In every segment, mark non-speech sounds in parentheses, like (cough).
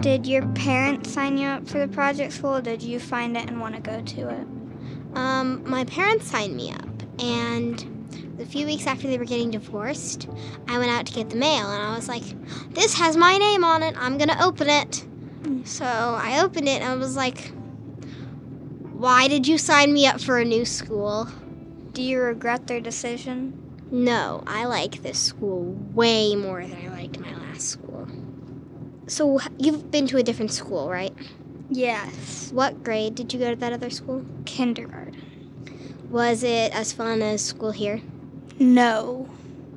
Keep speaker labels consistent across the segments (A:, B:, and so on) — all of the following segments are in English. A: Did your parents sign you up for the project school? Or did you find it and want to go to it?
B: Um, my parents signed me up, and a few weeks after they were getting divorced, I went out to get the mail, and I was like, "This has my name on it. I'm gonna open it." So I opened it, and I was like, "Why did you sign me up for a new school?"
A: Do you regret their decision?
B: No, I like this school way more than I liked my last school. So h- you've been to a different school, right?
A: Yes.
B: What grade did you go to that other school?
A: Kindergarten?
B: Was it as fun as school here?
A: No.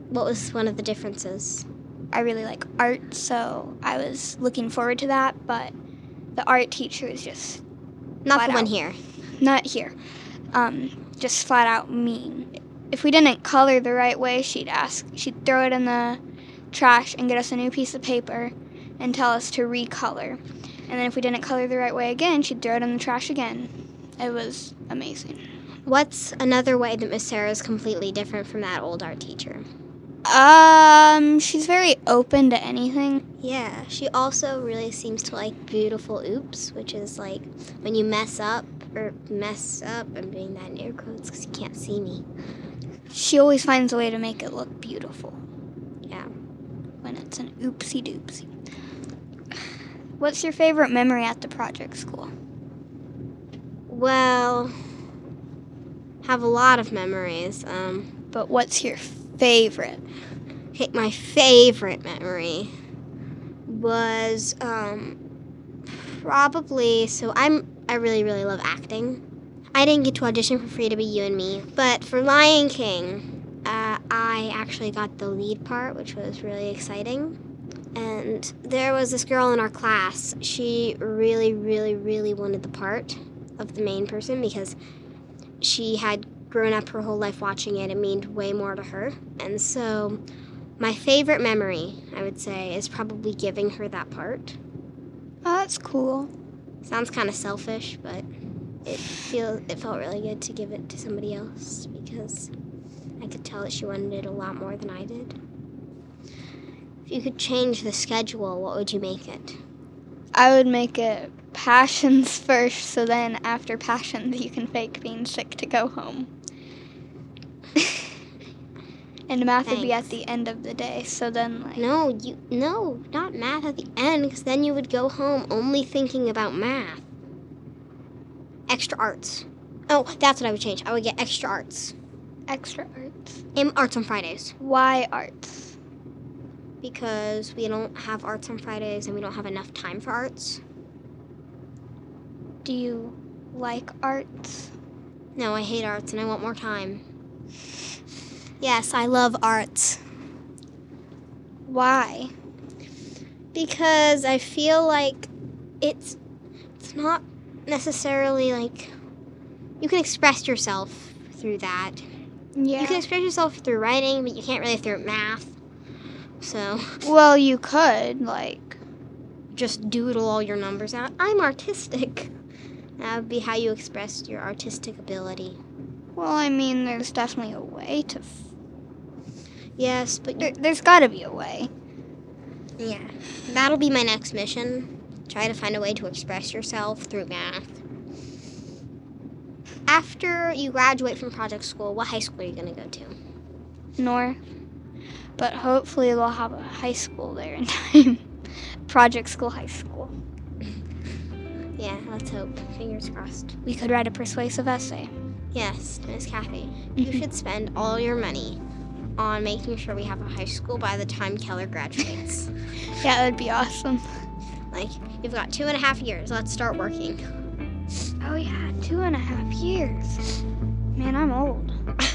B: What was one of the differences?
A: I really like art, so I was looking forward to that, but the art teacher was just
B: Not
A: Flat
B: the one
A: out.
B: here.
A: not here. Um, just flat out mean. If we didn't color the right way, she'd ask, she'd throw it in the trash and get us a new piece of paper and tell us to recolor. And then if we didn't color the right way again, she'd throw it in the trash again. It was amazing.
B: What's another way that Miss Sarah is completely different from that old art teacher?
A: Um, she's very open to anything.
B: Yeah, she also really seems to like beautiful oops, which is like when you mess up or mess up. I'm doing that in air quotes because you can't see me.
A: She always finds a way to make it look beautiful
B: Yeah.
A: when it's an oopsie doopsie. What's your favorite memory at the project school?
B: Well, have a lot of memories. Um,
A: But what's your favorite?
B: hit my favorite memory was um, probably so I'm I really really love acting. I didn't get to audition for Free to Be You and Me, but for Lion King, uh, I actually got the lead part, which was really exciting. And there was this girl in our class. She really, really, really wanted the part of the main person because she had grown up her whole life watching it. It meant way more to her. And so, my favorite memory, I would say, is probably giving her that part.
A: Oh, that's cool.
B: Sounds kind of selfish, but it feel it felt really good to give it to somebody else because I could tell that she wanted it a lot more than I did. If you could change the schedule, what would you make it?
A: I would make it passions (laughs) first, so then after passions, you can fake being sick to go home. (laughs) and math would be at
B: Thanks.
A: the end of the day, so then, like,
B: No, you no, not math at the end, because then you would go home only thinking about math. Extra arts. Oh, that's what I would change. I would get extra arts.
A: extra arts.
B: And arts on Fridays.
A: Why arts?
B: because we don't have arts on Fridays and we don't have enough time for arts.
A: Do you like arts?
B: No, I hate arts and I want more time. Yes, I love arts
A: Why?
B: because I feel like it's it's not necessarily like you can express yourself through that.
A: Yeah. (laughs)
B: You can express yourself through writing, but you can't really through math. So
A: well, you could, like,
B: just doodle all your numbers out. I'm artistic. (laughs) That would be how you express your artistic ability.
A: well, I mean, there's definitely a way to. F-
B: Yes, but
A: there, there's gotta be a way.
B: yeah, that'll be my next mission. Try to find a way to express yourself through math. After you graduate from project school, what high school are you going to go to?
A: north, but hopefully they'll have a high school there in (laughs) time. Project School High School.
B: Yeah, let's hope. Fingers crossed.
A: We could write a persuasive essay.
B: Yes, Miss (laughs) Kathy, you should spend all your money on making sure we have a high school by the time Keller (laughs) graduates.
A: Yeah, that'd be awesome.
B: like, you've got two and a half years. Let's start working.
A: Oh yeah, two and a half years. Man, I'm old. (laughs)